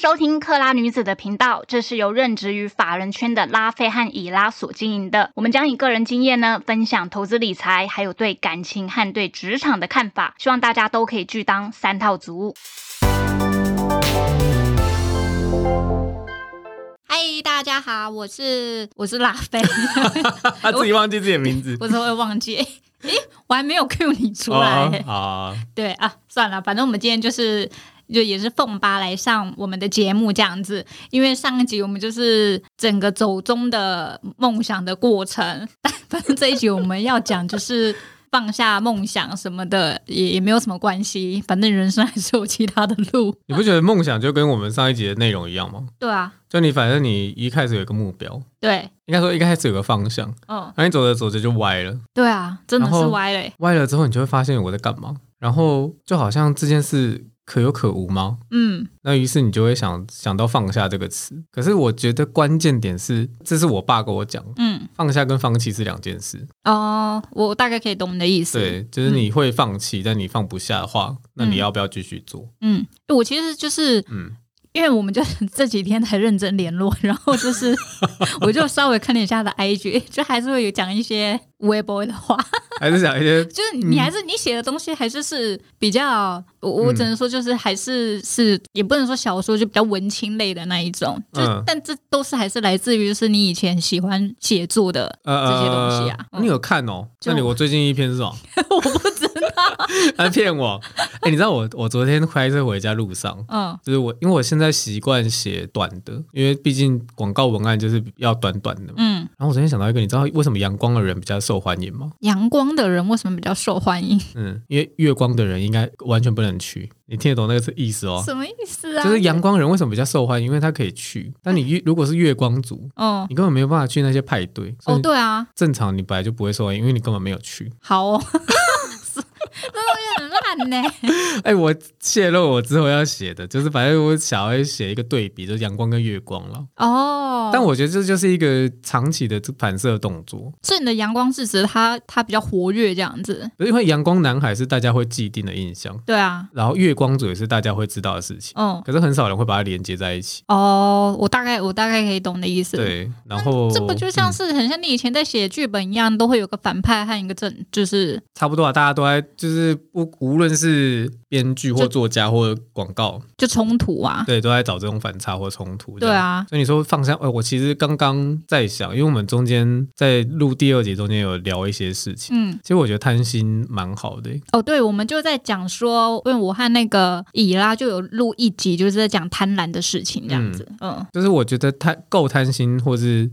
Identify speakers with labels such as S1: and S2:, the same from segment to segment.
S1: 收听克拉女子的频道，这是由任职于法人圈的拉菲和以拉所经营的。我们将以个人经验呢，分享投资理财，还有对感情和对职场的看法，希望大家都可以拒当三套族。
S2: 嗨，大家好，我是我是拉 菲，
S3: 他自己忘记自己的名字。
S2: 我都会忘记。诶，我还没有 Q 你出来。
S3: 哦啊，
S2: 对啊，算了，反正我们今天就是就也是凤八来上我们的节目这样子，因为上一集我们就是整个走中的梦想的过程，但反正这一集我们要讲就是。放下梦想什么的也也没有什么关系，反正人生还是有其他的路。
S3: 你不觉得梦想就跟我们上一集的内容一样吗？
S2: 对啊，
S3: 就你反正你一开始有一个目标，
S2: 对，
S3: 应该说一开始有个方向，
S2: 嗯，
S3: 然后你走着走着就歪了，
S2: 对啊，真的
S3: 然
S2: 是
S3: 后
S2: 歪了欸。
S3: 歪了之后你就会发现我在干嘛，然后就好像这件事可有可无吗？
S2: 嗯，
S3: 那于是你就会想想到放下这个词，可是我觉得关键点是，这是我爸跟我讲，
S2: 嗯，
S3: 放下跟放弃是两件事。
S2: 哦，我大概可以懂你的意思。
S3: 对，就是你会放弃，但你放不下的话，那你要不要继续做？
S2: 嗯，我其实就是
S3: 嗯，
S2: 因为我们就是这几天才认真联络，然后就是 我就稍微看了一下他的 IG，就还是会有讲一些微博的话，
S3: 还是想一些
S2: 就是你还是、你写的东西还是是比较，我我
S3: 嗯
S2: 只能说就是还是是也不能说小说，就比较文青类的那一种，就、
S3: 嗯
S2: 但这都是还是来自于就是你以前喜欢写作的这些东西啊。
S3: 呃你有看哦？
S2: 就
S3: 那你我最近一篇是什么？
S2: 我不知道，
S3: 他骗我！哎、你知道我我昨天开车回家路上，
S2: 嗯
S3: 就是我因为我现在习惯写短的，因为毕竟广告文案就是要短短的嘛。
S2: 嗯，
S3: 然后我昨天想到一个，你知道为什么阳光的人比较受欢迎吗？
S2: 阳光的人为什么比较受欢迎？
S3: 嗯，因为月光的人应该完全不能去。你听得懂那个是意思哦？
S2: 什么意思啊？
S3: 就是阳光人为什么比较受欢迎？因为他可以去。但你月如果是月光族，
S2: 哦
S3: 你根本没有办法去那些派对。所
S2: 哦，
S3: 以
S2: 对啊，
S3: 正常你本来就不会受欢迎，因为你根本没有去。
S2: 好哦， 是真的有点烂呢。
S3: 哎、我泄露我之后要写的，就是反正我想要写一个对比，就是阳光跟月光了。
S2: 哦，
S3: 但我觉得这就是一个长期的反射动作，
S2: 所以你的阳光是指它它比较活跃这样子，
S3: 因为阳光男孩是大家会既定的印象，
S2: 对啊，
S3: 然后月光族也是大家会知道的事情，
S2: 嗯，
S3: 可是很少人会把它连接在一起。
S2: 哦，我大概我大概可以懂你的意思。，
S3: 对，然后
S2: 这不就像
S3: 嗯
S2: 是很像你以前在写剧本一样，都会有个反派和一个正，就是
S3: 差不多啊？大家都在就是不无论是编剧或
S2: 就
S3: 作家或广告，
S2: 就冲突啊。
S3: 对，都在找这种反差或冲突。
S2: 对，啊，
S3: 所以你说放下，呃，我其实刚刚在想，因为我们中间在录第二集中间有聊一些事情，
S2: 嗯，
S3: 其实我觉得贪心蛮好的欸、
S2: 哦，对，我们就在讲说，因为我和那个以拉就有录一集，就是在讲贪婪的事情这样子，嗯
S3: 就是我觉得贪够贪心，或是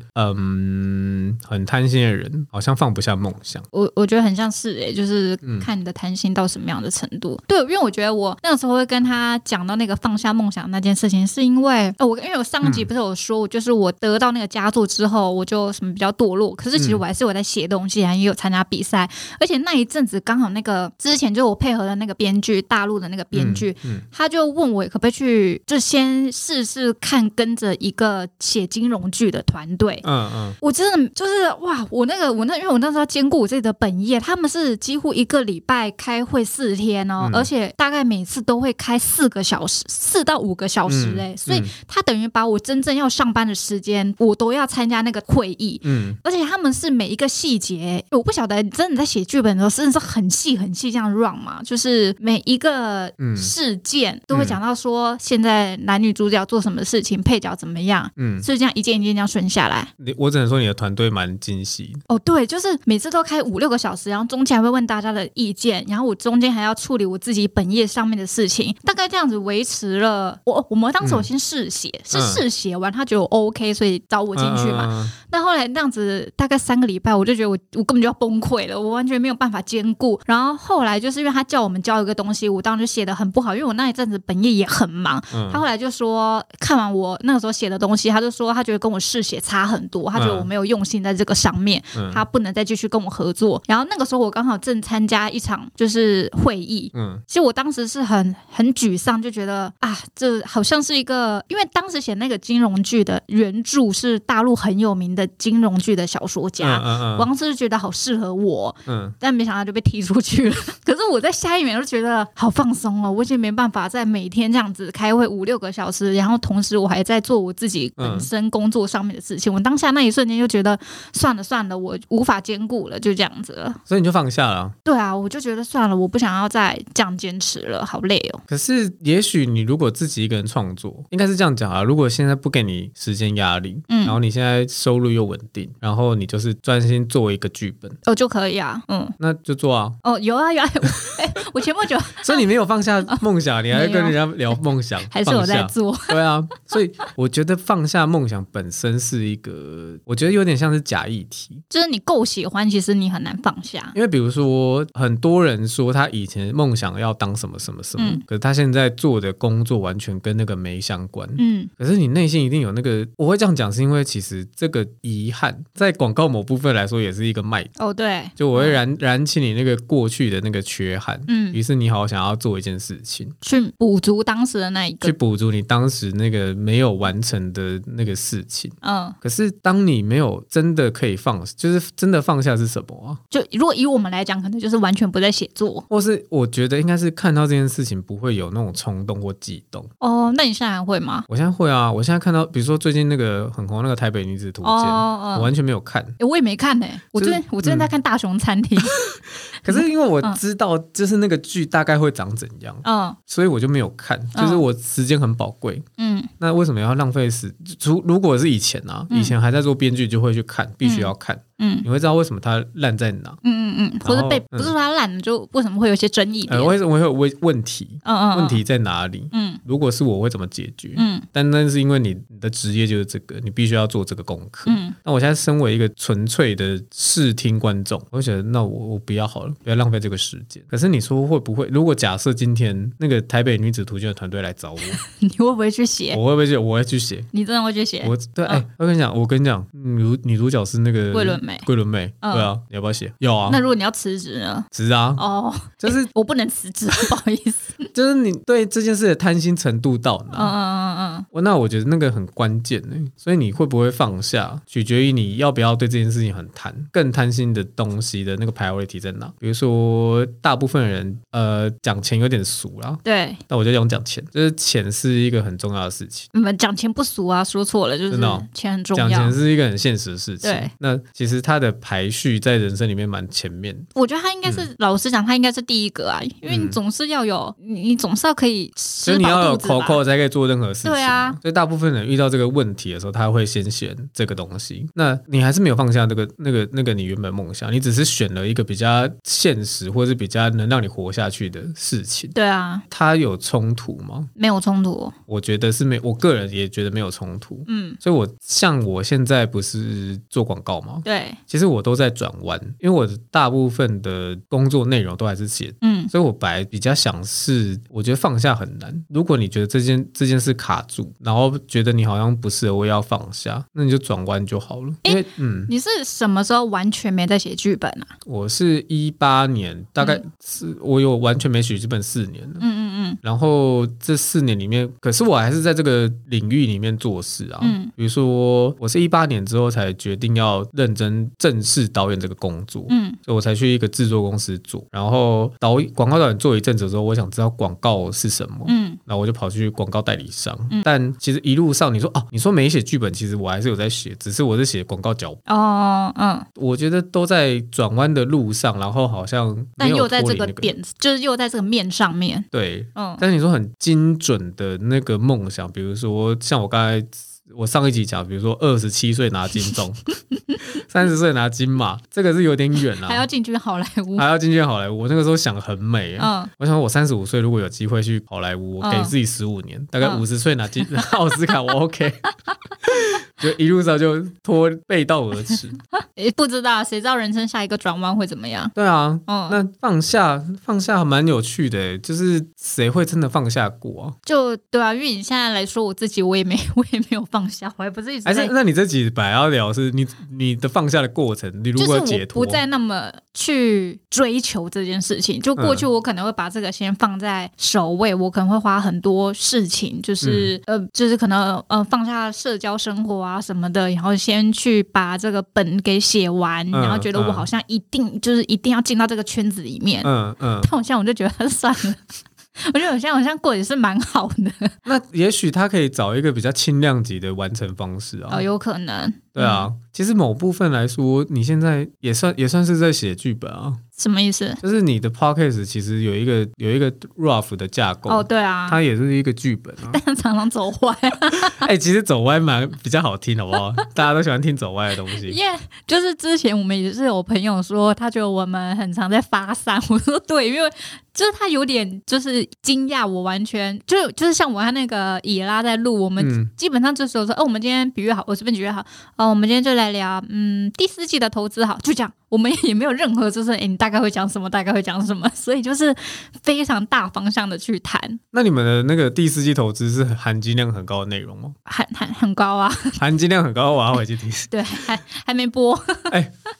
S3: 嗯很贪心的人，好像放不下梦想。
S2: 我我觉得很像是诶、就是
S3: 嗯
S2: 看你的贪心到什么样的程度。对，因为我觉得我那个时候会跟他讲到那个放下梦想那件事情，是因为、呃、我因为我上一集
S3: 嗯
S2: 不是有说，我就是我得到那个佳作之后，我就什么比较堕落。可是其实
S3: 嗯
S2: 我还是有在写东西啊，也有参加比赛，而且那一阵子刚好那个之前就我配合的那个编剧，大陆的那个编剧，
S3: 嗯，
S2: 他就问我可不可以去，就先试试看跟着一个写金融剧的团队。
S3: 嗯嗯
S2: 我真的就是哇，我那个我那因为我那时候要兼顾我自己的本业，他们是几乎一个礼拜开会四天哦，
S3: 嗯
S2: 而且大概每次都会开四个小时，四到五个小时
S3: 嗯
S2: 哎、所以
S3: 嗯
S2: 他等于把我真正要上班的时间，我都要参加那个会议。
S3: 嗯
S2: 而且他们是每一个细节，我不晓得真的在写剧本的时候，真的是很细很细这样 run 嘛，就是每一个
S3: 嗯
S2: 事件都会讲到说现在男女主角做什么事情，配角怎么样，
S3: 嗯，
S2: 是这样一件一件这样顺下来。
S3: 你我只能说你的团队蛮精细的。
S2: 哦，对，就是每次都开五六个小时，然后中间还会问大家的意见，然后我中间还要处理我自己本业上面的事情，大概这样子维持了。我我们当时我
S3: 嗯
S2: 先试写，是
S3: 嗯
S2: 试写完他觉得我 OK，所以招我进去嘛。
S3: 嘛，
S2: 那后来那样子大概三个礼拜，我就觉得我我根本就要崩溃了，我完全没有办法兼顾。然后后来就是因为他叫我们交一个东西，我当时就写的很不好，因为我那一阵子本业也很忙。
S3: 嗯
S2: 他后来就说，看完我那个时候写的东西，他就说他觉得跟我试写差很多，他觉得
S3: 嗯
S2: 我没有用心在这个上面，
S3: 嗯
S2: 他不能再继续跟我合作。然后那个时候我刚好正参加一场就是会议，
S3: 嗯
S2: 其实我当时是很很沮丧，就觉得啊，这好像是一个，因为当时写那个金融剧的原著是大陆很有名的金融剧的小说家，
S3: 嗯
S2: 我
S3: 嗯
S2: 当时就觉得好适合我，
S3: 嗯
S2: 但没想到就被踢出去了。 可是我在下一秒就觉得好放松哦，我已经没办法再每天这样子开会五六个小时，然后同时我还在做我自己
S3: 嗯
S2: 本身工作上面的事情。我当下那一瞬间就觉得算了算了，我无法兼顾了，就这样子了
S3: 嗯，。所以你就放下了。
S2: 对啊，我就觉得算了，我不想要再这样坚持了，好累哦。
S3: 可是，也许你如果自己一个人创作，应该是这样讲啊。如果现在不给你时间压力，
S2: 嗯
S3: 然后你现在收入又稳定，然后你就是专心做一个剧本，
S2: 哦，就可以啊，嗯。
S3: 那就做啊。
S2: 哦，有啊有 啊，我哎、我前不久
S3: 所以你没有放下梦想，你还
S2: 没有
S3: 跟人家聊梦想，
S2: 还是我在
S3: 放下
S2: 做，
S3: 对啊，所以我觉得放下梦想本身是一个，我觉得有点像是假议题。
S2: 就是你够喜欢，其实你很难放下。
S3: 因为比如说，很多人说他以前梦想要当什么什么什么，
S2: 嗯
S3: 可是他现在做的工作完全跟那个没相关。
S2: 嗯，
S3: 可是你内心一定有那个，我会这样讲，是因为其实这个遗憾在广告某部分来说也是一个卖点，
S2: 哦对，
S3: 就我会燃、燃起你那个过去的那个缺憾，
S2: 嗯
S3: 于是你好想要做一件事情，
S2: 去补足当时的那一
S3: 去
S2: 个，
S3: 补足你当时那个没有完成的那个事情。
S2: 嗯，
S3: 可是当你没有真的可以放，就是真的放下是什么啊？
S2: 就如果以我们来讲，可能就是完全不在写作。
S3: 或是我觉得应该是看到这件事情不会有那种冲动或悸动。
S2: 哦，那你现在还会吗？
S3: 我现在会啊，我现在看到，比如说最近那个很红那个《台北女子图鉴》
S2: 哦
S3: 我
S2: 哦，
S3: 完全没有看。
S2: 诶我也没看呢、我
S3: 就是嗯
S2: 最我最近在看《大熊餐 厅》
S3: 可是因为我
S2: 嗯
S3: 知道，就是那个剧大概会长怎样，
S2: 嗯。
S3: 所以我就没有看。
S2: 嗯
S3: 就是我时间很宝贵，
S2: 嗯
S3: 那为什么要浪费时？除如果是以前啊，
S2: 嗯
S3: 以前还在做编剧，就会去看，必须要看，
S2: 嗯
S3: 你会知道为什么它烂在哪。
S2: 嗯嗯嗯，或者被
S3: 然
S2: 不
S3: 后
S2: 是说它烂了，就为什么会有一些争议点？
S3: 呃，为什么会有问问题？
S2: 嗯嗯，嗯
S3: 问，题在哪里？
S2: 嗯
S3: 如果是我会怎么解决？
S2: 嗯
S3: 但那是因为你你的职业就是这个，你必须要做这个功课。
S2: 嗯，
S3: 那我现在身为一个纯粹的视听观众，我会觉得那我我不要好了，不要浪费这个时间。可是你说会不会？如果假设今天那个台北女子图鉴的团队来找 我，
S2: 你会不会去写？
S3: 我会不会觉得我会去写？
S2: 你真的会去写？
S3: 我对，哎、我跟你讲，我跟你讲，女主女主角是那个
S2: 桂纶镁
S3: 桂纶镁，
S2: 嗯
S3: 对啊，你要不要写？要啊
S2: 那，如果你要辞职呢？
S3: 值啊，
S2: 哦，
S3: 就是
S2: 我不能辞职，不好意思。
S3: 就是你对这件事的贪心程度到
S2: 嗯嗯
S3: 哪？
S2: 嗯嗯嗯，
S3: 我那我觉得那个很关键呢、所以你会不会放下，取决于你要不要对这件事情很贪，更贪心的东西的那个 priority 在哪？比如说，大部分人呃讲钱有点俗啦，
S2: 对，
S3: 但我就用讲钱，就是钱是一个很重要的事情。
S2: 你们讲钱不俗啊，说错了，就是
S3: 真的哦
S2: 钱很重
S3: 讲
S2: 要
S3: 钱。是一个很现实的事情
S2: 对，
S3: 那其实它的排序在人生里面蛮前面的
S2: 我觉得他应该是，老实讲，他应该是第一个啊，因为你
S3: 嗯
S2: 总是要有，你你总是要可以
S3: 所以
S2: 吃
S3: 你要
S2: 饱
S3: 有
S2: 肚子吧。
S3: COCO 才可以做任何事情。
S2: 对啊，
S3: 所以大部分人遇到这个问题的时候，他会先选这个东西。那你还是没有放下那个、那个、那个你原本梦想，你只是选了一个比较现实或者是比较能让你活下去的事情。
S2: 对啊，
S3: 它有冲突吗？
S2: 没有冲突。
S3: 我觉得是没，我个人也觉得没有冲突。
S2: 嗯，
S3: 所以我像我现在不是做广告吗？
S2: 对，
S3: 其实我都在转弯，因为我的大部分的工作内容都还是写
S2: 嗯
S3: 所以我本来比较想是，我觉得放下很难。如果你觉得这件这件事卡住，然后觉得你好像不适合，我也要放下，那你就转弯就好了。因为、嗯，
S2: 你是什么时候完全没在写剧本啊？
S3: 我是一八年，大概是、我有完全没写剧本四年了。
S2: 嗯嗯
S3: 然后这四年里面，可是我还是在这个领域里面做事啊。
S2: 嗯
S3: 比如说，我是一八年之后才决定要认真正式导演这个工作。
S2: 嗯
S3: 所以我才去一个制作公司做，然后导广告导演做一阵子之后，我想知道广告是什么，
S2: 嗯
S3: 然后我就跑去广告代理商。但其实一路上，你说哦，你说没写剧本，其实我还是有在写，只是我是写广告脚本。
S2: 嗯，哦嗯，
S3: 我觉得都在转弯的路上，然后好像没
S2: 但
S3: 有
S2: 又在
S3: 脱
S2: 这
S3: 离
S2: 个
S3: 那
S2: 点，就是又在这个面上面。
S3: 对。
S2: 嗯
S3: 但是你说很精准的那个梦想，比如说像我刚才。我上一集讲，比如说二十七岁拿金钟， 三十岁拿金马，这个是有点远啊，
S2: 还要进军好莱坞。
S3: 还要进军好莱坞。我那个时候想很美、啊，
S2: 嗯，
S3: 我想我三十五岁如果有机会去好莱坞，我给
S2: 嗯
S3: 自己十五年，大概
S2: 嗯
S3: 五十岁拿金奥斯卡，我 OK。就一路上就拖背道 而驰。
S2: 诶不知道谁知道人生下一个转弯会怎么样？
S3: 对啊，
S2: 嗯，
S3: 那放下放下蛮有趣的，欸就是谁会真的放下过啊？
S2: 就对啊，因为你现在来说我自己，我也没 我也没有放下，我还不是一直
S3: 还
S2: 在
S3: 是，那你这几本来要聊是你你的放下的过程，你如
S2: 就是
S3: 何
S2: 我
S3: 解
S2: 不
S3: 脱？
S2: 再那么去追求这件事情。就过
S3: 嗯
S2: 去我可能会把这个先放在首位，我可能会花很多事情，就是、
S3: 嗯
S2: 呃，就是可能呃放下社交生活啊什么的，然后先去把这个本给写完，
S3: 嗯
S2: 然后觉得我
S3: 嗯
S2: 好像一定、就是一定要进到这个圈子里面。
S3: 嗯嗯，
S2: 但我现在我就觉得算了， 我觉得我现在好像过得也是蛮好的，
S3: 那也许他可以找一个比较轻量级的完成方式啊。
S2: 哦，有嗯可能
S3: 对啊，其实某部分来说，你现在也算也算是在写剧本啊，
S2: 什么意思？
S3: 就是你的 podcast 其实有一个有一个 rough 的架构，
S2: 哦，对啊，
S3: 它也是一个剧本 啊。
S2: 但常常走歪。
S3: 哎、其实走歪蛮比较好听，好 不好？大家都喜欢听走歪的东西。
S2: 耶就是之前我们也是有朋友说，他觉得我们很常在发散。 我说对，因为就是他有点就是惊讶，我完全就就是像我和那个以拉在录，我们
S3: 嗯
S2: 基本上就是有说，哦，我们今天比喻好，我这边比喻好，哦，我们今天就来聊，嗯，第四季的投资好，就这样，我们也没有任何就是，诶，你大概会讲什么，大概会讲什么，所以就是非常大方向的去谈，
S3: 那你们的那个第四季投资是含金量很高的内容 吗？
S2: 很很很高啊，
S3: 含金量很高，我要回 去听。
S2: 对，还还没播，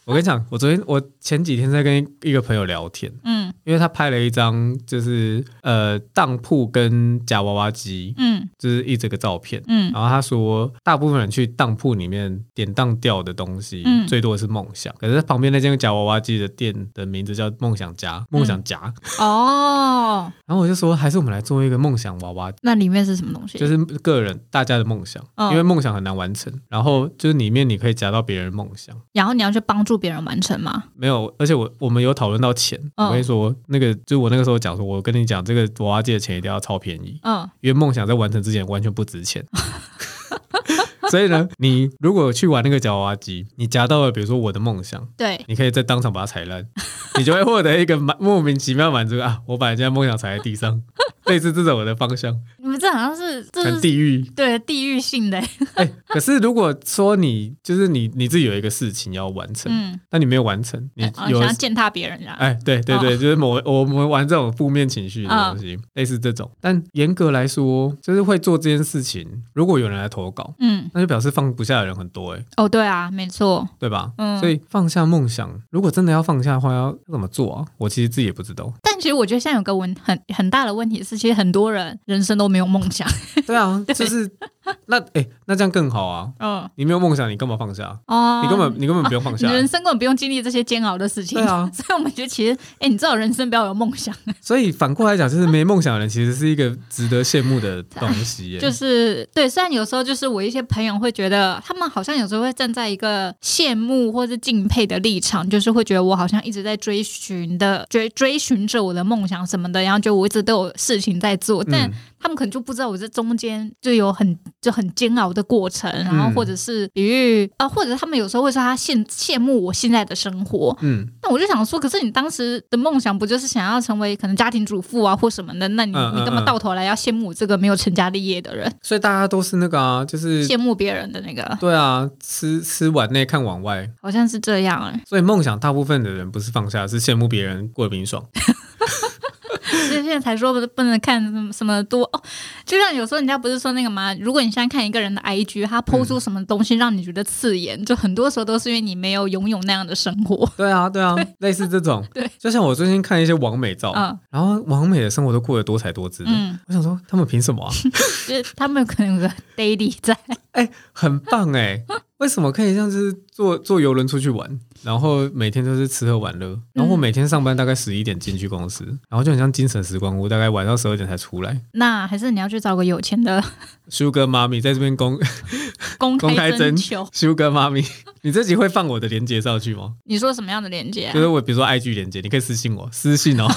S3: 我跟你讲，我昨天我前几天在跟一个朋友聊天，
S2: 嗯
S3: 因为他拍了一张就是呃当铺跟夹娃娃机，
S2: 嗯
S3: 就是一这个照片。
S2: 嗯
S3: 然后他说，大部分人去当铺里面典当掉的东西，
S2: 嗯
S3: 最多的是梦想。可是旁边那间夹娃娃机的店的名字叫梦想家，梦想夹。
S2: 哦，
S3: 然后我就说，还是我们来做一个梦想娃娃，
S2: 那里面是什么东西？
S3: 就是个人大家的梦想，
S2: 嗯
S3: 因为梦想很难完成。然后就是里面你可以夹到别人的梦想。
S2: 然后你要去帮助别人完成吗？
S3: 没有，而且我我们有讨论到钱。
S2: 嗯
S3: 我跟你说，那个就是我那个时候讲说，我跟你讲，这个娃娃机的钱一定要超便宜，
S2: 嗯，
S3: 因为梦想在完成之前完全不值钱。 所以呢，你如果去玩那个夹娃娃机，你夹到了，比如说我的梦想，
S2: 对，
S3: 你可以在当场把它踩烂，你就会获得一个满莫名其妙满足啊！我把人家梦想踩在地上， 类似这种的方向，
S2: 你们这好像是这
S3: 很
S2: 是
S3: 地狱。
S2: 对地域性的，
S3: 哎、可是如果说你就是你你自己有一个事情要完成，
S2: 嗯，
S3: 但你没有完成，你
S2: 哎哦
S3: 有
S2: 想要践踏别人啊，
S3: 哎，对对对，
S2: 哦嗯
S3: 就是某我们玩这种负面情绪的东西，类似这种。但严格来说，就是会做这件事情，如果有人来投稿，
S2: 嗯，
S3: 那就表示放不下的人很多、欸，
S2: 哦，对啊，没错，
S3: 对吧？
S2: 嗯
S3: 所以放下梦想，如果真的要放下的话，要要怎么做啊？我其实自己也不知 道。
S2: 但其实我觉得现在有个问很很大的问题是，其实很多人人生都没有梦想，
S3: 对啊， 就是那哎、那这样更好啊！
S2: 嗯，
S3: 你没有梦想，你干嘛放下？
S2: 哦，
S3: 你根本你根本不用放
S2: 你
S3: 下。
S2: 人生根本不用经历这些煎熬的事情，
S3: 对 啊
S2: 所以我们觉得其实，哎，你知道人生不要有梦想，
S3: 所以反过来讲，就是没梦想的人其实是一个值得羡慕的东西、 欸。
S2: 就是对，虽然有时候就是我一些朋友会觉得，他们好像有时候会站在一个羡慕或是敬佩的立场，就是会觉得我好像一直在追寻的追追寻着我的梦想什么的，然后觉得我一直都有事情在做，但
S3: 嗯
S2: 他们可能就不知道我这中间就有很就很煎熬的过程，然
S3: 嗯
S2: 后或者是比喻啊、呃或者他们有时候会说他羡羡慕我现在的生活，
S3: 嗯，
S2: 那我就想说，可是你当时的梦想不就是想要成为可能家庭主妇啊或什么的？那你
S3: 嗯嗯
S2: 你干嘛
S3: 嗯
S2: 到头来要羡慕我这个没有成家立业的人，
S3: 所以大家都是那个啊，就是
S2: 羡慕别人的那个？
S3: 对啊，吃吃碗内看碗外，
S2: 好像是这样哎、
S3: 所以梦想大部分的人不是放下，是羡慕别人过得比你爽。
S2: 所以现在才说不不能看什么什么多哦，就像有时候人家不是说那个嘛，如果你现在看一个人的 IG，他抛出什么东西让你觉得刺眼，就很多时候都是因为你没有拥有那样的生活。
S3: 对啊，对啊，类似这种。
S2: 对，
S3: 就像我最近看一些网美照，
S2: 嗯
S3: 然后网美的生活都过得多彩多姿的。
S2: 嗯，
S3: 我想说，他们凭什么啊？
S2: 就是他们可能有个 daily 在，
S3: 哎、很棒哎、为什么可以这样子坐坐游轮出去玩，然后每天都是吃喝玩
S2: 嗯
S3: 乐，然后我每天上班大概十一点进去公司，然后就很像精神时光屋，大概晚上十二点才出来。
S2: 那还是你要去找个有钱的
S3: Sugar 妈咪在这边公
S2: 哦公
S3: 公开
S2: 征
S3: 征
S2: 求。
S3: Sugar 妈咪，你这集会放我的连接上去吗？
S2: 你说什么样的链接、啊
S3: 就？是我比如说 IG 连接，你可以私信我，私信哦。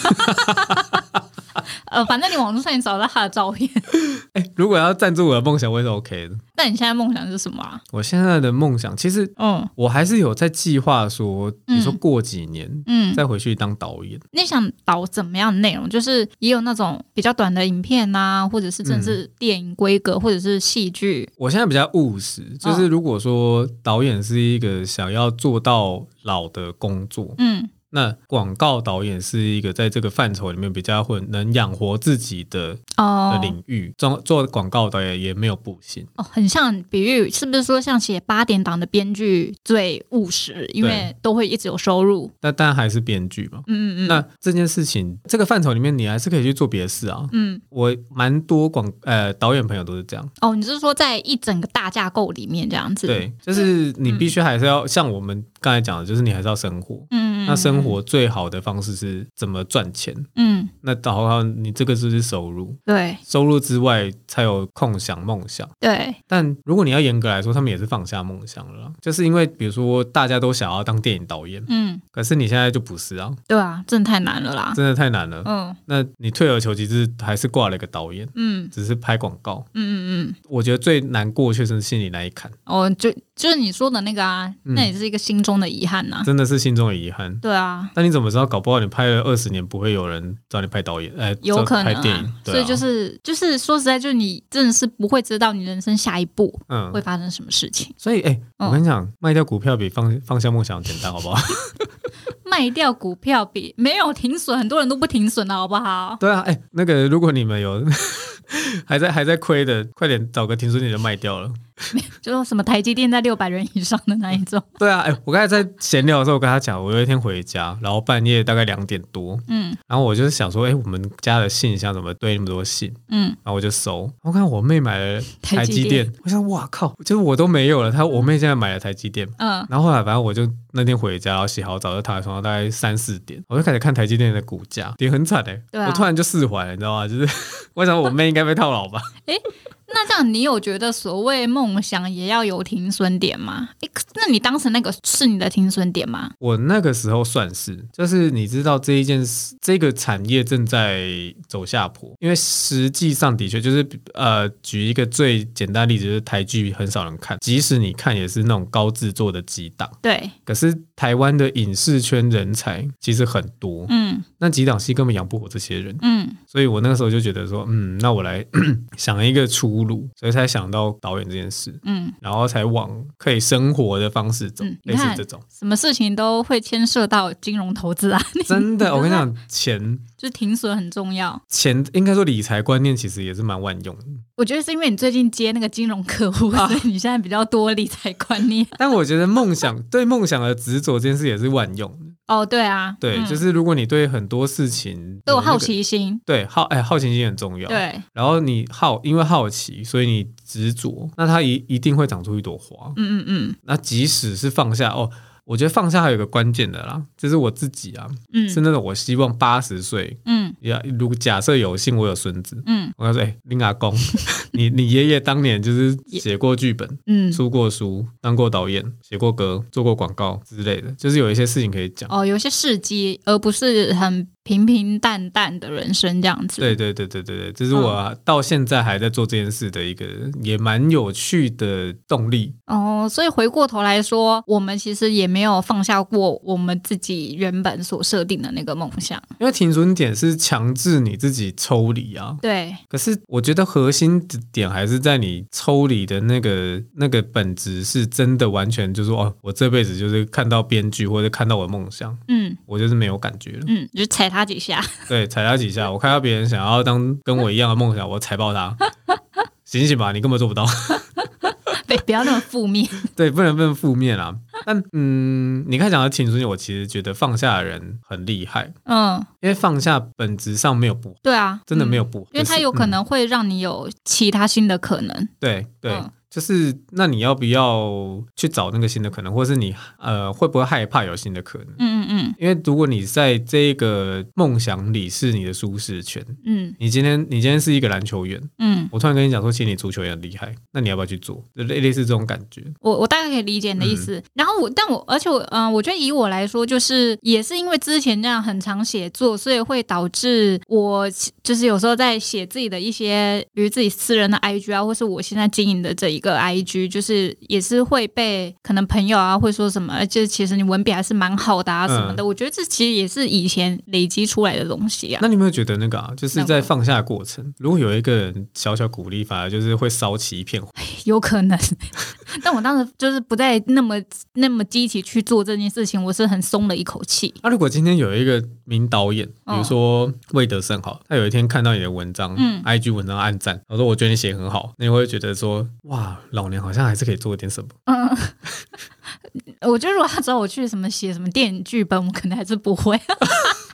S2: 呃，反正你网络上也找到他的照片。
S3: 哎，如果要赞助我的梦想，我也是 OK 的。
S2: 那你现在梦想是什么啊？
S3: 我现在的梦想，其实
S2: 嗯
S3: 我还是有在计划说，你说
S2: 嗯
S3: 过几年
S2: 嗯，
S3: 再回去当导演。
S2: 你想导怎么样的内容？就是也有那种比较短的影片呐，或者是甚
S3: 嗯
S2: 至电影规格，或者是戏剧。
S3: 我现在比较务实，就是
S2: 哦
S3: 如果说导演是一个想要做到老的工作，
S2: 嗯
S3: 那广告导演是一个在这个范畴里面比较会能养活自己的的
S2: 哦
S3: 领域。做做广告导演也没有不行，
S2: 哦，很像比喻，是不是说像写八点档的编剧最务实，因为都会一直有收入。
S3: 那当然还是编剧嘛。
S2: 嗯嗯嗯
S3: 那这件事情，这个范畴里面，你还是可以去做别的事啊。
S2: 嗯。
S3: 我蛮多广呃导演朋友都是这样，
S2: 哦，你是说在一整个大架构里面这样子？
S3: 对，就是你
S2: 嗯
S3: 必须还是要、像我们刚才讲的，就是你还是要生活。
S2: 嗯，嗯，
S3: 那生活最好的方式是怎么赚钱？
S2: 嗯，
S3: 那然后你这个就是收入，
S2: 对
S3: 收入之外才有空想梦想。
S2: 对，
S3: 但如果你要严格来说，他们也是放下梦想了啦，就是因为比如说大家都想要当电影导演，
S2: 嗯，
S3: 可是你现在就不是啊，
S2: 对啊，真的太难了啦。
S3: 真的太难了。
S2: 嗯
S3: 那你退而求其次，还是挂了一个导演，
S2: 嗯
S3: 只是拍广告。
S2: 嗯嗯嗯，
S3: 我觉得最难过确实是心里那一坎，
S2: 哦，就就是你说的那个啊，那也是一个心中的遗憾呐。
S3: 嗯真的是心中的遗憾。
S2: 对啊，
S3: 但你怎么知道？搞不好你拍了二十年，不会有人找你拍导演，哎、
S2: 有可能
S3: 找你拍电影
S2: 啊，。
S3: 对啊
S2: 所以就是就是说实在，就是你真的是不会知道你人生下一步
S3: 嗯
S2: 会，发生什么事情。
S3: 所以哎、
S2: 嗯
S3: 我跟你讲，卖掉股票比放放下梦想简单，好不好？
S2: 卖掉股票比没有停损，很多人都不停损了，好不好？
S3: 对啊，哎、那个如果你们有 还在还在亏的，快点找个停损点就卖掉了。
S2: 就说什么台积电在六百人以上的那一 种。
S3: 对啊，哎、我刚才在闲聊的时候，我跟他讲，我有一天回家，然后半夜大概两点多，
S2: 嗯
S3: 然后我就是想说，哎、我们家的信箱怎么堆那么多信？
S2: 嗯，
S3: 然后我就搜，我看我妹买了台
S2: 台积
S3: 积
S2: 电
S3: 电，我想哇靠，就是我都没有了，她我妹现在买了台积电。
S2: 嗯，
S3: 然后后来，反正我就那天回家，然后洗好澡，就躺在床上，大概三四点，我就开始看台积电的股价，跌很惨哎、
S2: 对啊
S3: 我突然就释怀了，你知道吗？就是 我想我妹应该被套牢吧，
S2: 那这样，你有觉得所谓梦想也要有停损点吗？诶，可那你当时那个是你的停损点吗？
S3: 我那个时候算是，就是你知道这一件事，这个产业正在走下坡，因为实际上的确就是呃，举一个最简单的例子，就是台剧很少人看，即使你看也是那种高制作的几档，
S2: 对，
S3: 可是台湾的影视圈人才其实很多，
S2: 嗯
S3: 那几档戏根本养不活这些人，
S2: 嗯
S3: 所以我那个时候就觉得说，嗯，那我来 想一个出路，所以才想到导演这件事。
S2: 嗯，
S3: 然后才往可以生活的方式走，
S2: 嗯你
S3: 类似
S2: 看
S3: 这 种，
S2: 什么事情都会牵涉到金融投资啊，
S3: 真的，我跟你讲，钱
S2: 就是停损很重要。
S3: 钱应该说理财观念其实也是蛮万 用的，
S2: 我觉得是因为你最近接那个金融客户，
S3: 啊
S2: 所以你现在比较多理财观念。
S3: 但我觉得梦想对梦想的执着这件事也是万用的。
S2: 哦，对啊，
S3: 对，
S2: 嗯
S3: 就是如果你对很多事情
S2: 都有
S3: 那个啊
S2: 好，奇心。
S3: 对好哎好奇心很重要。，
S2: 对，
S3: 然后你好，因为好奇，所以你执着，那它一一定会长出一朵花。
S2: 嗯嗯嗯
S3: 那即使是放下哦。我觉得放下还有一个关键的啦，就是我自己啊，是
S2: 嗯
S3: 那种我希望八十岁，
S2: 嗯
S3: 呀，如果假设有幸我有孙子，
S2: 嗯
S3: 我跟他说，哎、林阿公， 你你爷爷当年就是
S2: 也
S3: 写过剧本，
S2: 嗯。
S3: 出过书，当过导演，写过歌，做过广告之类的，就是有一些事情可以讲。
S2: 哦，有一些事迹，而不是很平平淡淡的人生这样子。
S3: 对对对对对对，这是我
S2: 嗯
S3: 到现在还在做这件事的一个也蛮有趣的动力。
S2: 哦，所以回过头来说，我们其实也没有放下过我们自己原本所设定的那个梦想。
S3: 因为停损点是强制你自己抽离啊，
S2: 对，
S3: 可是我觉得核心的点还是在你抽离的那个那个本质是真的完全就是说哦，我这辈子就是看到编剧或者看到我的梦想，
S2: 嗯
S3: 我就是没有感觉了。
S2: 嗯，就踩他几下。
S3: 对，踩他几下，我看到别人想要当跟我一样的梦想，我踩爆 他。醒醒吧，你根本做不到。
S2: 对，不要那么负面。
S3: 对，不能不能负面啊。但嗯，你看讲到青春，我其实觉得放下的人很厉害，
S2: 嗯，
S3: 因为放下本质上没有不好，
S2: 对啊，
S3: 真的没有
S2: 嗯
S3: 不好，
S2: 因为
S3: 就
S2: 它
S3: 是
S2: 有可、
S3: 嗯
S2: 能会让你有其他新的可能。
S3: 对对。
S2: 嗯
S3: 就是那你要不要去找那个新的可能，或是你呃会不会害怕有新的可能？
S2: 嗯嗯嗯
S3: 因为如果你在这个梦想里是你的舒适圈，
S2: 嗯
S3: 你今天你今天是一个篮球员，
S2: 嗯，
S3: 我突然跟你讲说，其实你足球也很厉害，那你要不要去做？就类类似这种感觉。
S2: 我我大概可以理解你的意思。然后我，但我而且我，嗯、我觉得以我来说，就是也是因为之前这样很常写作，所以会导致我就是有时候在写自己的一些，比如自己私人的 IG 啊，或是我现在经营的这一个 IG，就是也是会被可能朋友啊会说什么，就是其实你文笔还是蛮好的啊什么的。我觉得这其实也是以前累积出来的东西啊。
S3: 那你有没有觉得那个啊，就是在
S2: 那个
S3: 放下的过程，如果有一个人小小鼓励，反而就是会烧起一片火。
S2: 有可能， 但我当时就是不再那么那么积极去做这件事情，我是很松了一口气。
S3: 那、啊如果今天有一个名导演，
S2: 哦
S3: 比如说魏德胜好，他有一天看到你的文章，
S2: 嗯
S3: ，IG 文章暗赞，我说我觉得你写得很好，你会觉得说，哇，老娘好像还是可以做点 什么。
S2: 嗯，我觉得如果他找我去什么写什么电影剧本，我可能还是不会，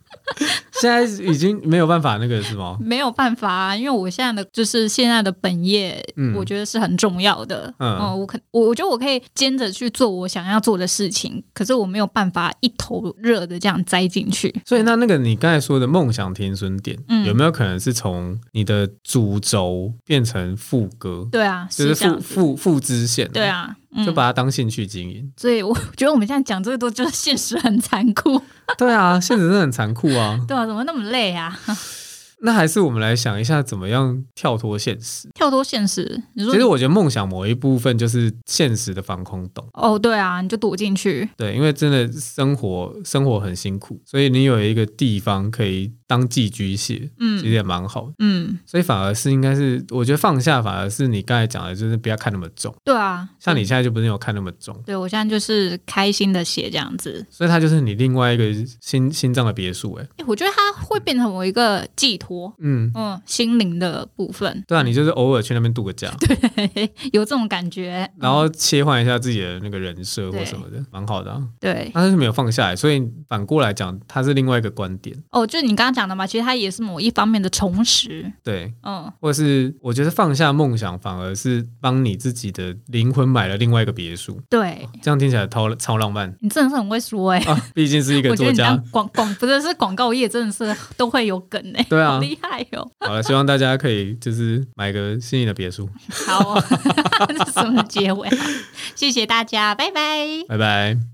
S3: 现在已经没有办法那个 是吗？
S2: 没有办法、啊，因为我现在的就是现在的本业，
S3: 嗯
S2: 我觉得是很重要的。
S3: 嗯
S2: 哦我可我我觉得我可以兼着去做我想要做的事情，可是我没有办法一头热的这样栽进去。
S3: 所以那那个你刚才说的梦想停损点，
S2: 嗯
S3: 有没有可能是从你的主轴变成副歌，
S2: 对啊，
S3: 就是
S2: 这样
S3: 副
S2: 子。
S3: 副副支线、
S2: 对，啊，嗯
S3: 就，把它当兴趣经营。
S2: 所以我觉得我们现在讲这个多，就是现实很残酷，
S3: 对啊，现实真的很残酷啊。
S2: 对啊，怎么那么累啊？
S3: 那还是我们来想一下，怎么样跳脱现实。
S2: 跳脱现实，你说
S3: 其实我觉得梦想某一部分就是现实的防空洞，
S2: 哦，对啊，你就躲进去，
S3: 对，因为真的生活生活很辛苦，所以你有一个地方可以当寄居蟹，
S2: 嗯
S3: 其实也蛮好的。
S2: 嗯，
S3: 所以反而是应该是，我觉得放下反而是你刚才讲的，就是不要看那么重。
S2: 对啊，
S3: 像你现在就不是有看那么重，
S2: 对我现在就是开心的写这样子。
S3: 所以它就是你另外一个心心脏的别墅、欸，哎，
S2: 诶我觉得它会变成我一个寄托，
S3: 嗯，
S2: 嗯，心灵的部分，
S3: 对啊，你就是偶尔去那边度个假，
S2: 有这种感觉。
S3: 然后切换一下自己的那个人设或
S2: 对
S3: 什么的，蛮好的、啊。
S2: 对，
S3: 但是没有放下欸来，所以反过来讲，它是另外一个观点，
S2: 哦，就是你刚刚讲的嘛，其实它也是某一方面的重拾，
S3: 对，
S2: 嗯，
S3: 或是我觉得放下梦想反而是帮你自己的灵魂买了另外一个别墅，
S2: 对
S3: 这样听起来超超浪漫
S2: 你真的是很会说哎、
S3: 啊！毕竟是一个
S2: 我觉
S3: 作
S2: 得你
S3: 家
S2: 当，广广不是是广告业，真的是都会有梗哎、
S3: 对啊
S2: 好厉害哟、
S3: 好了，希望大家可以就是买个心仪的别墅，
S2: 好、哦，这是什么结尾啊、谢谢大家，拜拜。
S3: 拜拜。